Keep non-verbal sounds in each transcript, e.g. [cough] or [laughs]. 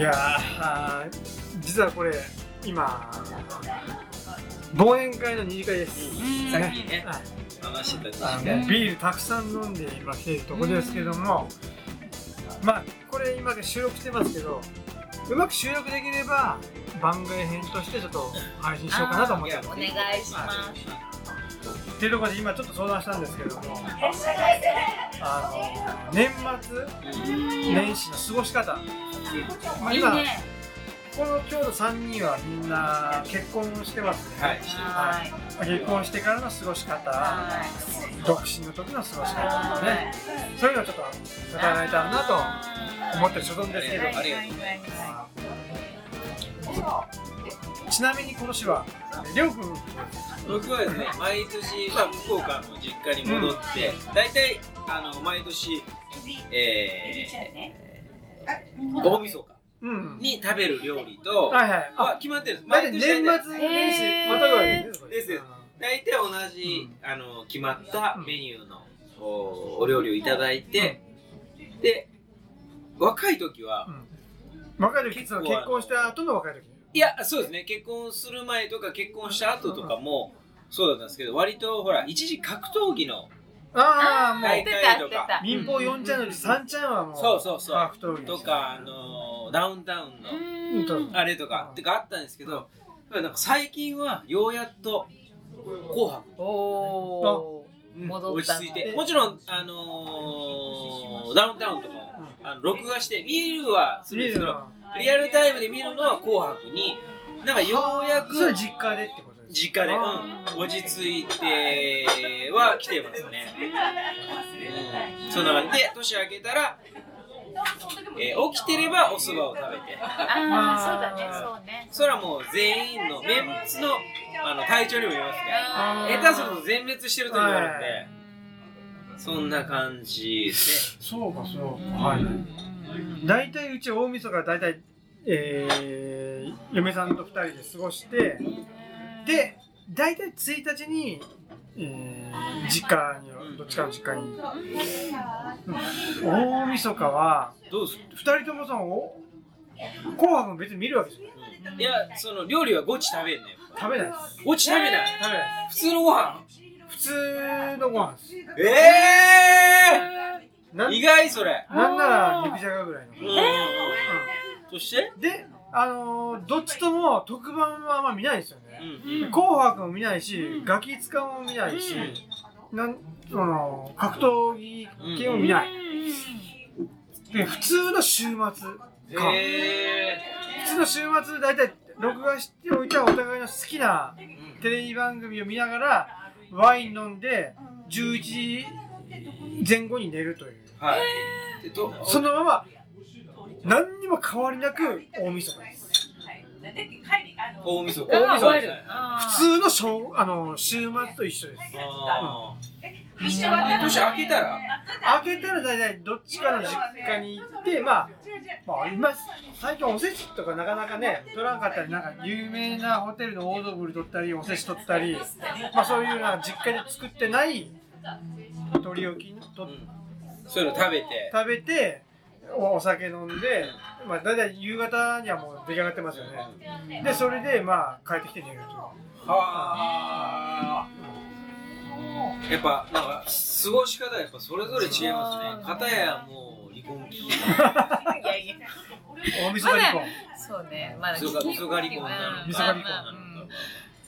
やー実はこれ今忘年会の二次会です、さっきねはい話してたあんでのビールたくさん飲んで今来ているところですけども、まあこれ今収録してますけどうまく収録できれば番外編としてちょっと配信しようかなと思っておま願いします。すっていうところで今ちょっと相談したんですけどもあの年末年始の過ごし方、まあ、いい今ね。この今日の3人はみんな結婚してますね、はいはい。結婚してからの過ごし方は独身の時の過ごし方とかい。ねそういうのをちょっと伺えたらなと思ってる所存ですけど、はいはいはいはいちなみに今年はりょうくん僕はですね毎年、まあ、福岡の実家に戻って、大体あの毎年えー、大晦日うんに食べる料理と、はいはいまああ決まってるんですだっ毎て年年大末体年始またぐわけねそれですです大体同じ、あの決まったメニューの、おお料理をいただいて、で若い時は、うん若い時その結婚した後の若い時いやそうですね結婚する前とか結婚した後とかも、そうだったんですけど割とほら一時格闘技のああもうはい出た出た。民放4ちゃんのうち3ちゃんはもうそうそうそう格闘技とか、あのダウンタウンのうん。あれとかってかあったんですけど、なんか最近はようやっと「紅白おお。」うん戻っ落たち着いてもちろん、あのーダウンタウンとかもあの録画して見るはするんですけどリアルタイムで見るのは「紅白に」なんかようやそれく実家でってことです実家で、うあん、落ち着いては来てますね、うん、そんな感じで年明けたら、えー起きてればおそばを食べてああ、そうだね、そうね。それはもう全員のメンツのあの体調にもよりますねあー下手すると全滅してる時もあるんでそんな感じですねそうかそうかはい大体うち大晦日から大体、えー、嫁さんと二人で過ごしてで大体1日に、えー、実家にどっちかの実家に、うん大晦日は [laughs] どうする二人ともそのお紅白も別に見るわけじゃないいやその料理はゴチ食べんねやっぱ食べないですゴチ食べない食べないで普通のご飯す普通のご飯ですえなえん意外それなんなら肉じゃがぐらいの、うんそしてうんであのーどっちとも特番はあんま見ないですよね、うん紅白も見ないし、ガキ使も見ないし、なんその格闘技系も見ない、で普通の週末か、え普通の週末大体録画しておいたお互いの好きなテレビ番組を見ながらワイン飲んで11時前後に寝るというー、はいでとそのまま何にも変わりなく大晦日です大晦日大晦日ですね普通の小あの週末と一緒ですあー年年明けたら開けたら大体どっちかの実家に行ってまあまあ、今最近おせちとかなかなかね取らんかったりなんか有名なホテルのオードブル取ったりおせち取ったり、まあ、そういうなんか実家で作ってない鶏置きうとんそういうの食べて食べておお酒飲んで、まあ、大体夕方にはもう出来上がってますよねでそれでまあ帰ってきて寝るとはあ。やっぱなんか過ごし方はやっぱそれぞれ違いますね。片やもう離婚 [laughs] 危機、いやいや。大晦日離婚そうね、まだ。みそがみそが離婚なのか、みそが離婚なのか。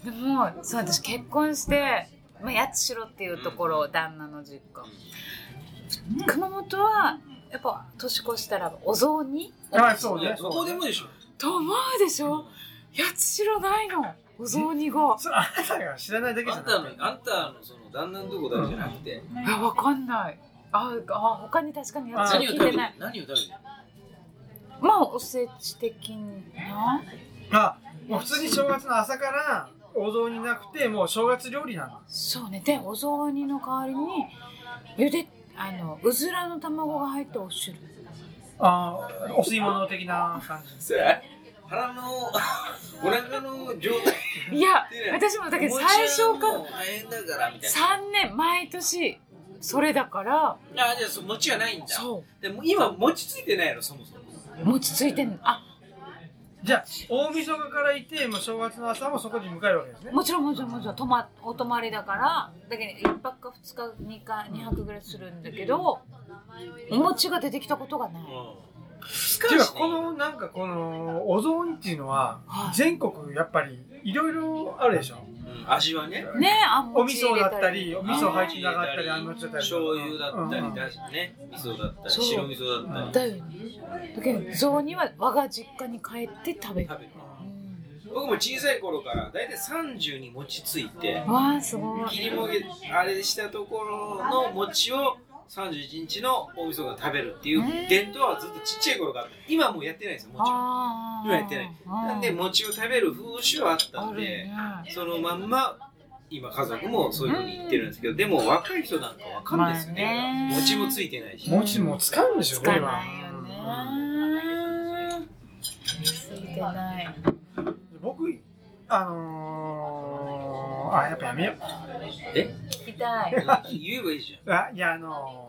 でもそう私結婚して、まあ、やつしろっていうところ、旦那の実家、熊本はやっぱ年越したらお雑煮あそういやねどこでもでしょ。と思うでしょやつしろないのお雑煮がそれあなたが知らないだけじあゃんたなのいあんたのその旦那のとこだけじゃなくて、いやわかんないああ他に確かにやつしろ何を聞食いべててない何を食べてまあおせち的なあもう普通に正月の朝からお雑煮なくてもう正月料理なのそうねでお雑煮の代わりにゆであのうずらの卵が入ったお汁あーお吸い物的な感じそれ腹の [laughs] お腹の状態。いや私もだけど最初からもう大変だからみたいな。 3年毎年それだからあじゃあそう餅がないんだ。そでも今餅ついてないのそもそも。う餅ついてんのあじゃあ大晦日からいて、まあ、正月の朝もそこに向かえるわけですねもちろんもちろんもちろん泊まお泊まりだからだけど1泊か2日2か2泊ぐらいするんだけどお餅が出てきたことがない、しっていかうかし、このなんかこのお雑煮っていうのははい全国やっぱりいろいろあるでしょうん味はね、ねえあんおも味ち噌入れだったりお味噌入はいってなかったりあんのちだったり醤油だったうり、んだしね、味噌だったり、そう白味噌だったり。だよねだけど雑煮は我が実家に帰って食べる食べるうん僕も小さい頃から大体30に餅ついてわあすごい切りもげあれしたところの餅を31日の大晦日食べるっていう伝統はずっとちっちゃい頃からあった今はもうやってないですよもちろんあ今やってないなんでも餅を食べる風習はあったんでそのまんま今家族もそういうふうに言ってるんですけどでも若い人なんかわかんないですよね,、まあね餅もついてないし餅も使うんでしょつこれかはないよねついてない僕あのー、あやっぱやめようえ聞きたい言えばいいじあいやあの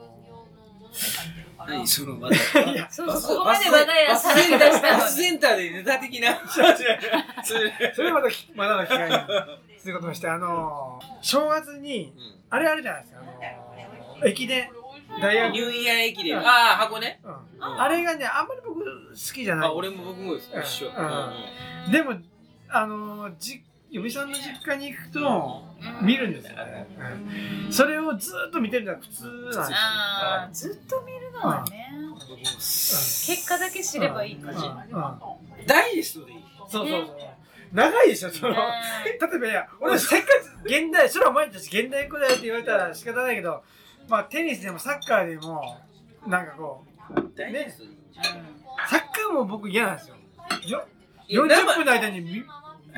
ゃん何そのまだー、いやそうそこまで我が家さらけ出したのバスにセンターでネタ的なそういうそれはまたきまだの機会にそういうことにしてあのー、正月にうあれあるじゃないですかあのー、駅伝大ん学ニューイヤー駅伝ああ箱ねうんあれがねあんまり僕好きじゃないあ俺も僕もですうん一緒うんうんでもあのーじ予備さんの実家に行くと見るんですよね、うんそれをずーっと見てるのは普通なんですよあーずっと見るのはね僕もす結果だけ知ればいいかうんじそダイジェストでいいうそうそう長いでしょそのね例えばいや俺はせっかく現代それはお前たち現代っ子だよって言われたら仕方ないけどまあテニスでもサッカーでもなんかこうダイジェストでいいんじゃないサッカーも僕嫌なんですよよいや40分の間にみ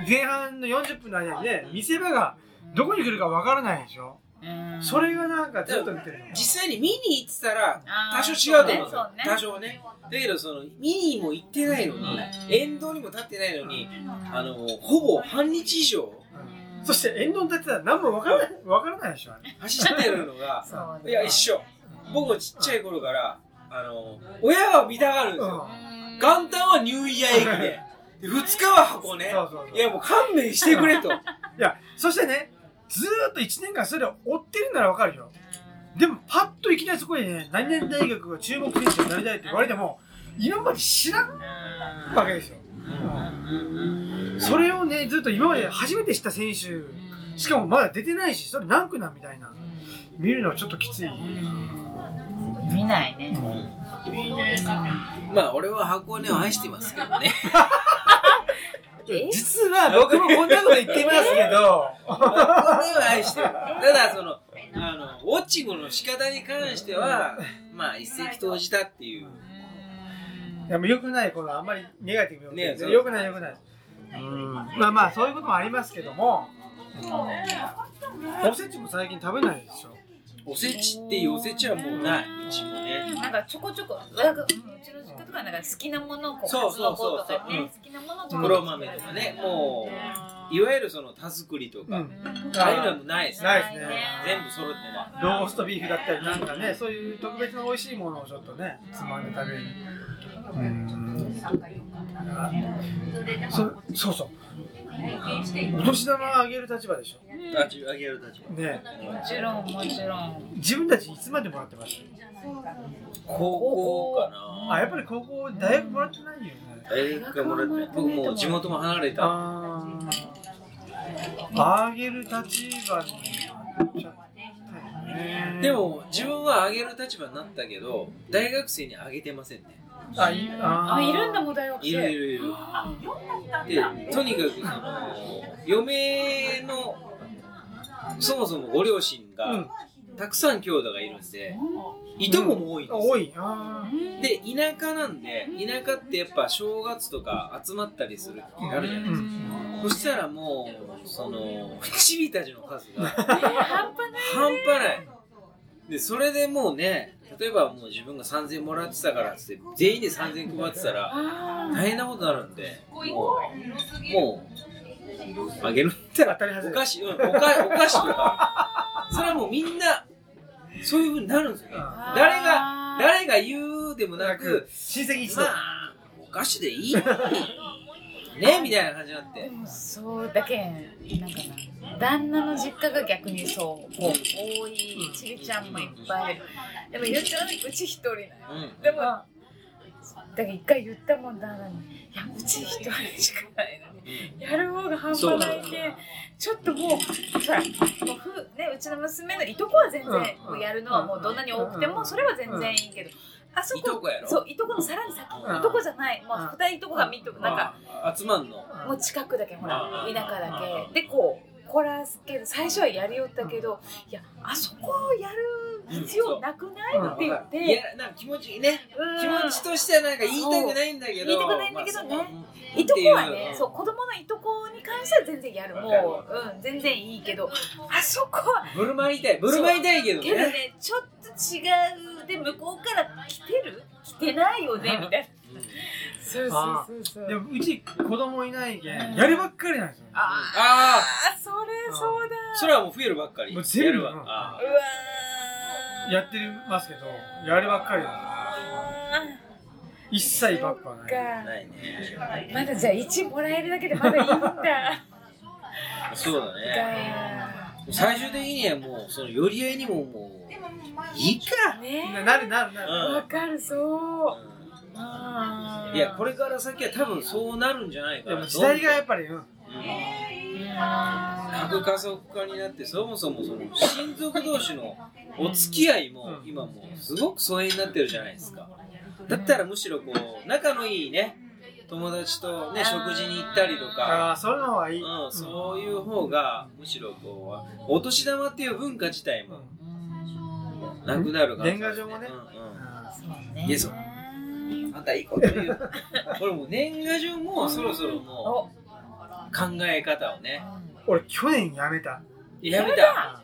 前半の40分の間にね見せ場がどこに来るかわからないでしょうんそれがなんかずっと見てるの実際に見に行ってたらあー多少違うと思うそうね多少ねだけどその見にも行ってないのにうん沿道にも立ってないのにああのほぼ半日以上うんそして沿道に立ってたら何もわからないわからないでしょあれ走ってるのがそういねや一緒僕もちっちゃい頃からあの親は見たがるんですようん元旦はニューイヤー駅伝で2日は箱ねそうそうそういやもう勘弁してくれといやそしてねずーっと1年間それを追ってるならわかるよでもパッといきなりそこにね何々大学が注目選手になりたいって言われても今まで知らんわけですよ、それをねずっと今まで初めて知った選手しかもまだ出てないしそれ何区なんみたいな見るのはちょっときつい見ないね [laughs] まあ俺は箱根を愛してますけどねえ実は僕もこんなこと言ってますけど箱根は愛してるただそのあのウォッチングの仕方に関してはまあ一石投じたっていうでも良くないこのあんまりネガティブねなそう良くない良くないうんまあまあそういうこともありますけどもおせちも最近食べないでしょおせちっていうおせちはもうないうちもねなんかちょこちょこなんかうんうちの実家とかなんか好きなものをこうそうそ数うのそ子うとかうんね好きなものをちょこちょ黒こ豆とかねもういわゆるその田作りとうかんうんああいうのはもうないですねないですね全部揃ってないローストビーフだったりなんかねそういう特別な美味しいものをちょっとねつまんで食べるうんそそうそうお年玉あげる立場でしょ立ち上げる立場ねもちろんもちろん自分たちいつまでもらってます高校かなあやっぱり高校大学もらってないよね大学がもらって僕もう地元も離れたあああげる立場になっちゃったよねでも自分は上げる立場になったけど大学生に上げてませんねあいああいるんだんもんだよいるいるいるでとにかくその嫁のそもそもご両親が、うんたくさん兄弟がいるんでいとこも多いんですよ多いあで田舎なんで田舎ってやっぱ正月とか集まったりするってあるじゃないですか、そしたらもうその [laughs] チビたちの数が半端ない半端ないでそれでもうね例えばもう自分が3000もらってたからっつって全員で3000配ってたらあ大変なことになるんでもうもうあげるんだ当ったらたり外おれ菓子うんおかお菓子とかそれはもうみんなそういうふうになるんですよねあー誰が誰が言うでもなく親戚一同まあお菓子でいいねみたいな感じになってでもそうだけなんかな旦那の実家が逆にそうこう多いちびちゃんもいっぱいでもゆうちゃんうち一人なのうんでもだから一回言ったもん旦那に「いやうち一人しかないのにやる方が半端ないけんちょっともうほらもうふねうちの娘のいとこは全然うんもうやるのはもうどんなに多くてもそれは全然いいけどあそいとここやろそういとこのさらに先うんいとこじゃないもう二人いとこが見となんかあ集まんのもう近くだけほらうん田舎だけでこうこらすけど最初はやりよったけどいやあそこをやる必要なくないうんって言っていやなんか気持ちいいねうん気持ちとしてはなんか言いたくないんだけど言いたくないんだけどねまあそのいとこはっていねうそう子供のいとこに関しては全然やるわかるもう、うん、全然いいけどあそこはぶるまりたいぶるまりたいけどけどねねちょっと違うで向こうから来てる来てないよねみたいなそうあそうそうでもうち子供いないけんやるばっかりなんですよあああそれそうだあそれはもう増えるばっかりもう全部やるわうんあうわーやってますけどやるばっかりなんであーす一切バックはないあかないねまだじゃあ1もらえるだけでまだいいんだそうだねが最終的にはもうその寄り合いにももういいかなねなるなるなる、わかるそううあーんいやこれから先は多分そうなるんじゃないかでなも時代がやっぱり、うん、うんあ核家族化になってそもそもその親族同士のお付き合いもうん今もうすごく疎遠になってるじゃないですかだったらむしろこう仲のいいね友達とね食事に行ったりとあか、あそれの方がいい、うん、そういう方がむしろこうお年玉っていう文化自体うんもなくなるから年賀状もねーそうねいやそううんうん、またいいこと言うこれもう年賀状もそろそろもおう考え方をね俺去年やめたやめた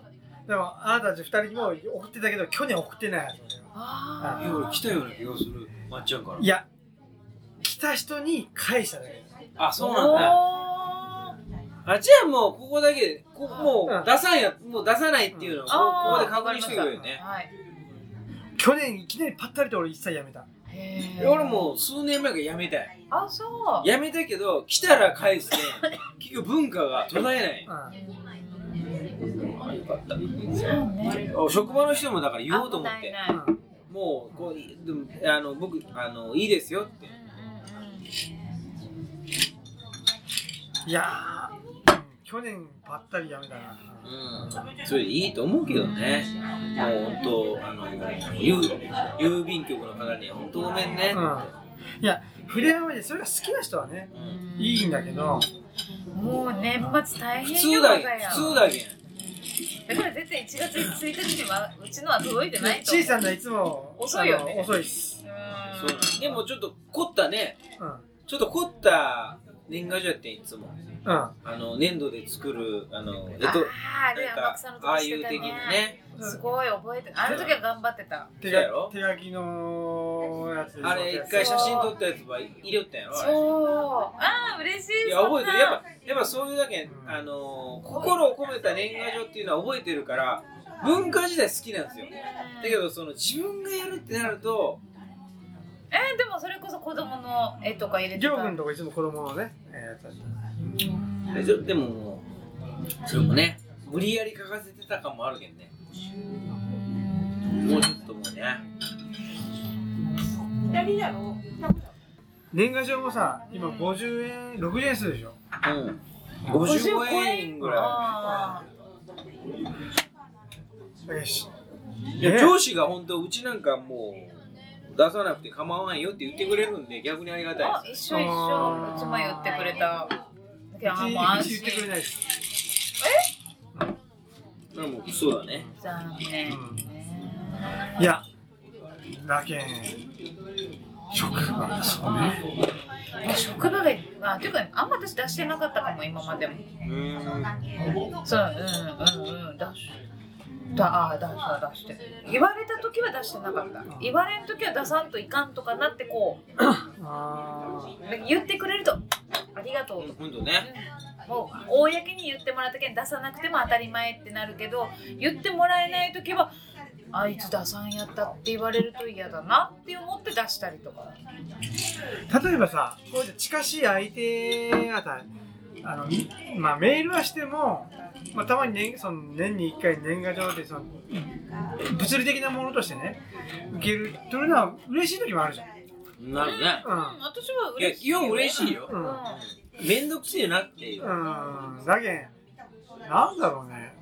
でもあなたたち二人にも送ってたけど去年送ってないはずあいや俺来たような気がするまっちゃんからいや来た人に返しただけあ、ーそうなんだ。おーあ、じゃあもう、ここだけで、こもうんう、出さんや、もう出さないっていうのを、こあーここで確認してくれるよね。はい去年いきなりパッタリと俺一切やめたへー俺もう数年前からやめたい。あそうやめたけど、来たら返 [laughs] すね。結局文化が途絶えうない。よかった。そうね職場の人もだから言おうと思って。あんもっうんもう、こう、でも、あの、僕、あの、いいですよった。ていないうんうんうんいやー去年パッタリやめたなうん。それでいいと思うけどね。もう本当、あの、郵郵便局の方に、本当ごめんねっいや触れ合いでそれが好きな人はねて。うんいいんだけどもう年末大普変よ通我だがけん家は普通だけんだから絶対1月1日にはうちのは届いてないとちいさんはいつも遅いよねあの遅いっす、うそうなんですでもちょっと凝ったねうんちょっと凝った年賀状やってんいつもうん、あの粘土で作るあのレあトああれな天んか草のああ時しいてうた的ねなねすごい覚えてあの時は頑張ってた手そうやろ書手書きのやつであれ一回写真撮ったやつば入れよったんやろあれそうああ嬉しいいや覚えてるやっっぱやっぱそういうだけんあの心を込めた年賀状っていうのは覚えてるから文化自体好きなんですよだけどその自分がやるってなるとえーでもそれこそ子供の絵とか入れてりょたうくんとかいつも子供のね、えーやつでちょでももうそれもね無理やり書かせてた感もあるけんねもうちょっともうね年賀状もさ今50円60円するでしょうん55円ぐらあよしいいや上司が本当うちなんかもう出さなくて構わんよって言ってくれるんで逆にありがーたあいで一緒一緒うちも言ってくれただけどあーもう安言ってくれ心ないです、すそれはもうそうだね残念うん、いやだけん職場そうねえ職場であっていうかあんま私出してなかったかも今までもうんそううんうんうん出しだあー出した出して言われた時は出してなかった言われん時は出さんといかんとかなってこうあー言ってくれるとありがとうとか本当ねもう公に言ってもらったけん出さなくても当たり前ってなるけど言ってもらえない時はあいつ打算やったって言われると嫌だなって思って出したりとか例えばさこういう近しい相手方あの、みまあ、メールはしても、まあ、たまに年その年に1回年賀状でその物理的なものとしてね受ける取るのは嬉しい時もあるじゃん。なるね。うん私は嬉しいよううんんうんめんどくせえなっていう。うん、だけんなんだろうね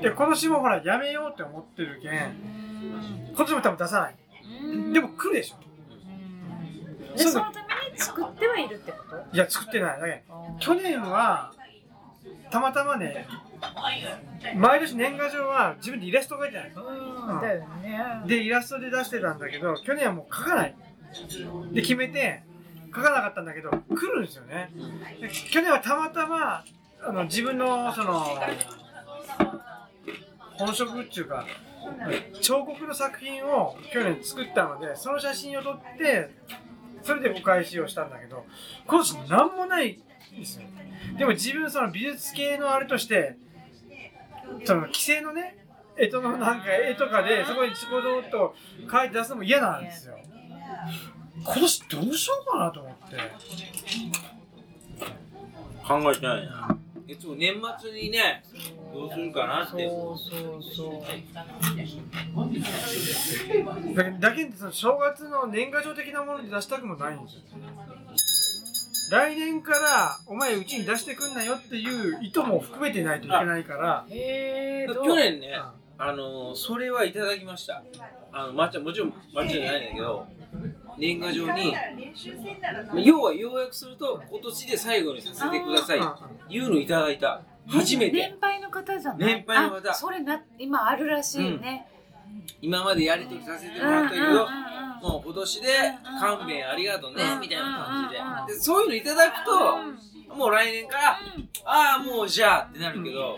でこの詩もほらやめようって思ってるけんこっちも多分出さないでも来るでしょうんでそのために作ってはいるってこといや作ってないだけん去年はたまたまね毎年年賀状は自分でイラスト描いてないのうんだよねでイラストで出してたんだけど去年はもう描かないで決めて描かなかったんだけど来るんですよねで去年はたまたまあの自分のその本職っていうか彫刻の作品を去年作ったのでその写真を撮ってそれでお返しをしたんだけど今年何もないんですよでも自分その美術系のあれとしてその規制のね絵とのなんか絵とかでそこにちこどっと書いて出すのも嫌なんですよ今年どうしようかなと思って考えてないな。いつも年末にね、どうするかなって。そうそうそうだけだけどその正月の年賀状的なもので出したくもないんですよ来年からお前うちに出してくんなよっていう意図も含めてないといけないからへえどう去年ね、うんあのーそれはいただきました。あの、抹茶、もちろん抹茶じゃないんだけど、年賀状に、要は要約すると、今年で最後にさせてください。いうのいただいた。初めて。年配の方じゃない年配の方あそれな今あるらしいね、今までやりとりさせてうもらったけど、んもう今年で勘弁ありがとうね、みたいな感じで。うで、そういうのいただくと、もう来年から、ああ、もうじゃあってなるけど、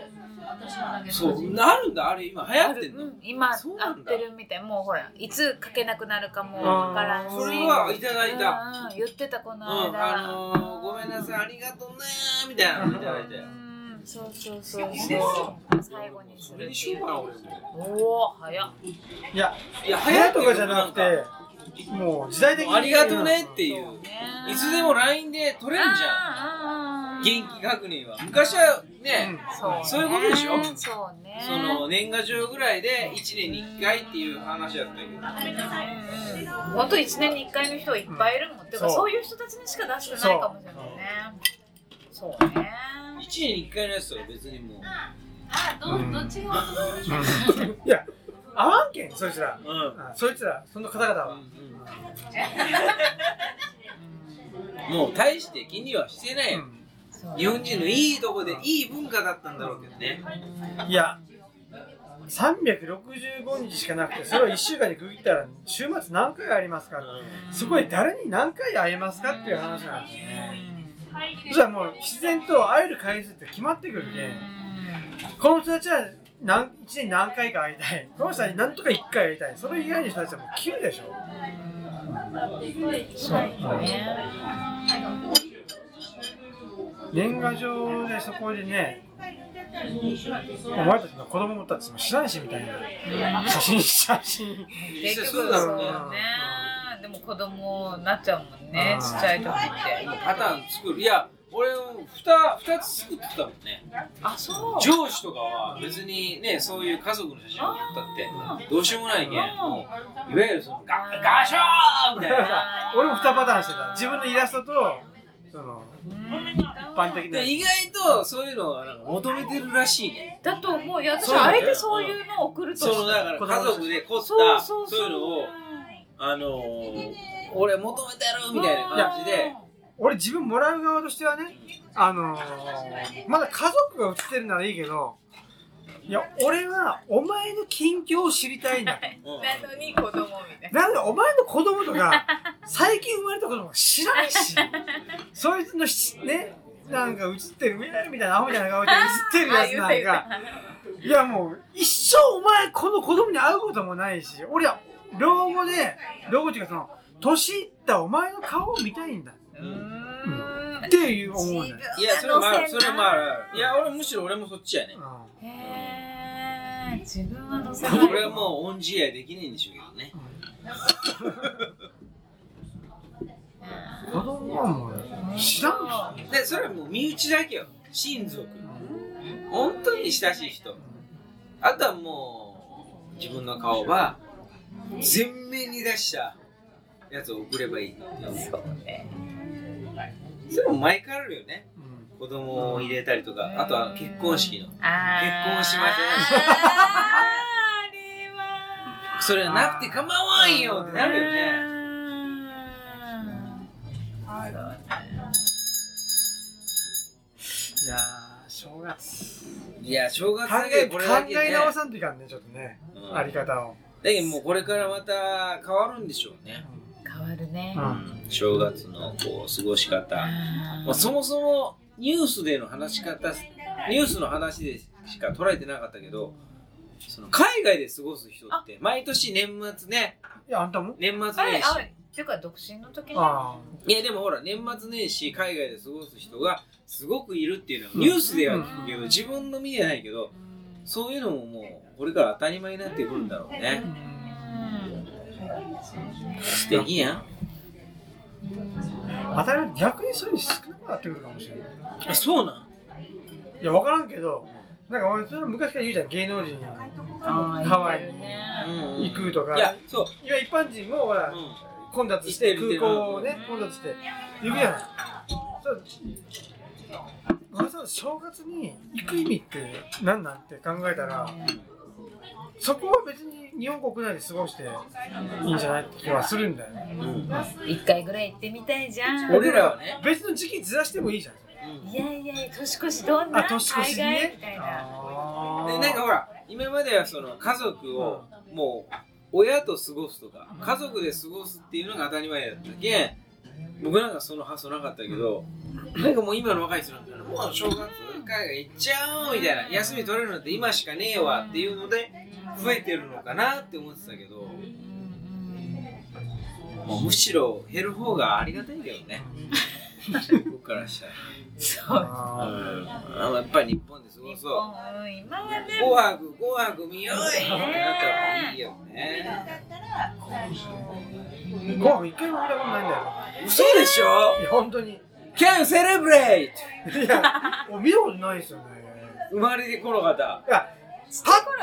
そう、なるんだ、あれ今流行ってんの。うん今合そうなんっだてるみたいもうほらいつ書けなくなるかもわからんしあーそれはいただいた。うんうん言ってたこうん、の間、あのー、ごめんなさい、ありがとうねーみたいなのいただいて。うんそうそうそうそう最後にすそるれっにてしいようかな、う俺も。おお早っいやいや、流行とかじゃなくてもう時代的もにうありがとうねっていいう。いつでも LINE で取れるじゃん。ゃ元気確認は。昔はね、そうねそういうことでしょそうねその年賀状ぐらいで1年に1回っていう話だったけど。本当1年に1回の人がいっぱいいるもん、てかそうそういう人たちにしか出してないかもしれないねそうね1年に1回のやつとか別にもう、いや合わんけんそいつらうんうんそいつらその方々はもう大して気にはしてないよ、そうね日本人のいいとこでいい文化だったんだろうけどねいや365日しかなくてそれを1週間に区切ったら週末何回ありますかそこで誰に何回会えますかっていう話なんですよねそしたらもう必然と会える回数って決まってくるけんこの人たちは何1年何回か会いたいこの人は何とか1回会いたいそれ以外の人たちはもう切るでしょそうね年賀状でそこでねお前たちの子供たちも知らんしみたいな写真写真結局そうだよねでも子供になっちゃうもんうねんちっちゃい時ってパターン作るいや俺も 2, 2つ作ってたもんねあそう上司とかは別にねそういう家族の写真を撮ったってどうしようもないけんもういわゆるそのガガショーみたいな俺も2パターンしてた自分のイラストとその一般的なで意外とそういうのはなんか求めてるらしいねだと思うよ私そうなんあだれよでそういうのを送るとそのしただらから家族で凝ったそうそそうういうのをあのー、俺求めてるみたいな感じで俺自分もらう側としてはねあのー、まだ家族が写ってるならいいけどいや俺はお前の近況を知りたいんだうんなのに子供み [laughs] たいなんでお前の子供とか最近生まれた子供知らんしそいつのしねなんか写ってるみたいなアホみたいな顔で写ってるなやつなんかいやもう一生お前この子供に会うこともないし俺は老後で老後っていうかその年いったお前の顔を見たいんだうーんっていう思うんだよ、いやそれもあるそれもあるるいや俺むしろ俺もそっちやねうんへね自分はどうせこれはもうオンジエできないんでしょうけどね。子供はもう知らんしで、それはもう身内だけよ。親族。本当に親しい人。あとはもう、自分の顔は、全面に出したやつを送ればいいっていう。そうねそれも毎回あるよね。うん子供を入れたりとか、あとは結婚式の。あー結婚しませあんーあれはそれはなくて構わんよってなるよね。あーそうねいやー正月いや、正考月えで考これだけね。え直さんといかんねちょっとねうんあり方をだけどもうこれからまた変わるんでしょうね。変わるねううんん正月のこう過ごし方、あまあ、そもそもニュースでの話し方ニュースの話でしか捉えてなかったけどその海外で過ごす人って毎年年末ねいやあんたも年末あれ年あ始っていうか独身の時のあいやでもほら年末年始海外で過ごす人がすごくいるっていうのはニュースでは聞くけどうん自分の身じゃないけどそういうのももうこれから当たり前になってくるんだろうねあうん素敵やん当たり前逆にそういうの少なくなってくるかもしれないあそうなんいや分からんけどなんか俺それ昔から言うじゃん芸能人あーハワイいいねうん行くとかいやそう、いや一般人もほらうん混雑して行って空る港をね混雑して行くじゃないそう俺さ正月に行く意味って何なんて考えたらそこは別に日本国内で過ごしていいんじゃないって気はするんだよねうん一回ぐらい行ってみたいじゃん俺らはね、別の時期ずらしてもいいじゃんいやいやいや年越しどんなあ年越しに海外ねみたいなあでーなんかほら今まではその家族をもう親と過ごすとか家族で過ごすっていうのが当たり前だったけん僕なんかその発想なかったけどなんかもう今の若い人なんかもう正月海外行っちゃおうみたいな休み取れるのって今しかねえわっていうので増えてるのかなって思ってたけど、まあ、むしろ減る方がありがたいけど [laughs] ね僕からしたら。そうあうん、やっぱり日本で過ご日そう。本うん今はね紅白、紅白 [laughs] 見ようよってなったらいいよね。ーご飯一回も見たことないんだよ嘘でしょいや本当にい ?Can celebrate! やもう見たことないですよね生まれてこの方。いやパッ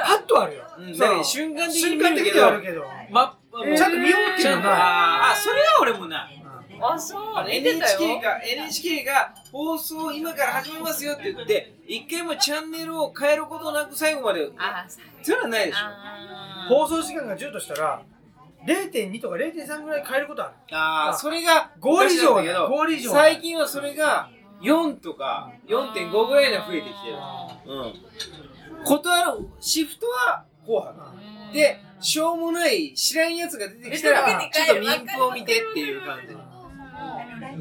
パッとあるよ、うんそうだから瞬間的に瞬見間る的けどではあるけど、ま、ちゃんと見ようってちいゃうんのと、はあーあ、それは俺もない。あそうあの NHK が、NHK が放送今から始めますよって言って、一回もチャンネルを変えることなく最後まで、あさそれはないでしょ。あ放送時間が10としたら0.2とか0.3ぐらい変えることあるああ、それが5以上だ昔なん5以上最近はそれが4とか4.5ぐらいで増えてきてる。うん。断る、シフトは紅白。で、しょうもない知らんやつが出てき出たてら、きちょっと民放見てっていう感じ。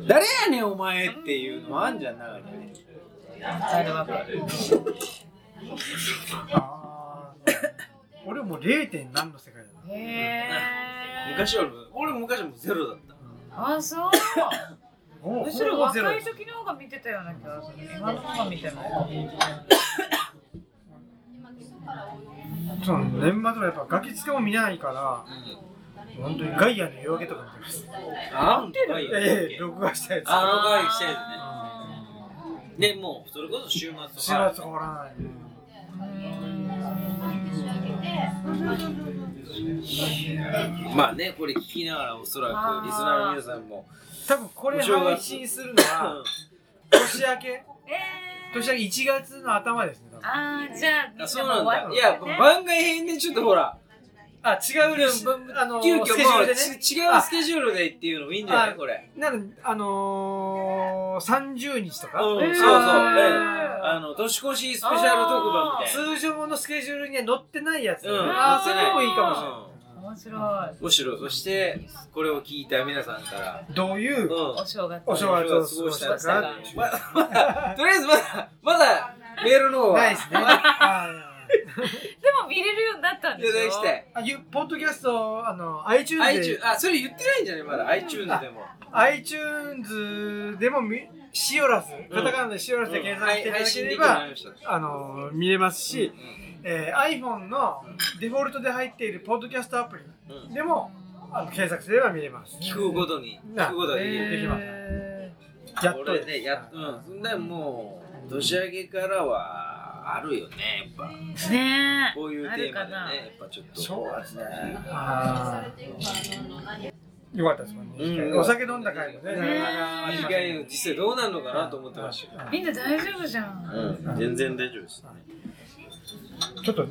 誰やねんお前っていうのもあんじゃん、中にね。あー俺もう 0. 点何の世界だなへえ昔は俺、俺昔はもうゼロだった。あそうもうむしろほぼゼロ若い時の方が見てたような気がする今の方が見てないその年末はやっぱガキ使も見ないから本当にガイアの夜明けとか見てますあんたいやいや録画したやつあの代わりしたやつね。で、もう、それこそ週末とか。知らず変わらないまあね、これ聞きながらおそらくリスナーの皆さんも、多分これ配信するのうんは年明けえ年明け1月の頭ですね多分あーじゃあみんなあそうなんも終わっだ。いてや、ね番外編でちょっとほら、あ違うねあの急遽スもケうジュールでちね違うスケジュールでっていうのもいいんじゃなあいこれ。なんあのー、30日とうん、か、そうそう。ええーえあの、年越しスペシャル特番みたいな。通常のスケジュールには載ってないやつ、うんああそ載ってないれもいいかもしれない、面白いむしろ、そして、これを聞いた皆さんから、どう [laughs] いう、うんお。正月お正月を過ごしたのかな月ままだ、とりあえずまだ、まだ、メールの方は。ないで [laughs] すね。あでも見れるようになったんいでたしょだきたい。ーあゆポッドキャスト、あの、iTunes で iTunes、あ、それ言ってないんじゃないまだ、iTunes でも。 iTunes でもみ、シオラス、カタカナでシオラスで検索していただければ、ました。あの、見れますし、うんえー iPhone のデフォルトで入っているポッドキャストアプリうん、でもあの検索すれば見れます。聞くごとにな聞くごとえにーできますやっと俺ねやっとうんそんでもう年上げからはあるよねやっぱねえこういうあテるーマかでねなやっぱちょっとそうですね。あーよかったですもんね。うんお酒飲んだ回もね。ね意外に実際どうなるのかなと思ってましたけどみんな大丈夫じゃんうん、全然大丈夫です、ね。ちょっと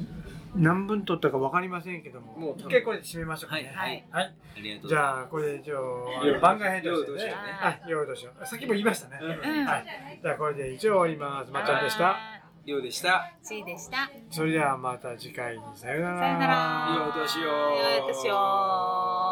何分取ったかわかりませんけども、もう多分一回これで締めましょうかはい、ね。はい、はい。ありがとうごじざいます。ゃあこれで一応用意番外編としてね用意どうしようね。あ用意どうしよう。さっきも言いましたね。うんはい。じゃあこれで一応終わります。まっちゃんでした。ようでした。ついでしたそれではまた次回にさようなら。さよなら良いお年を良いお年を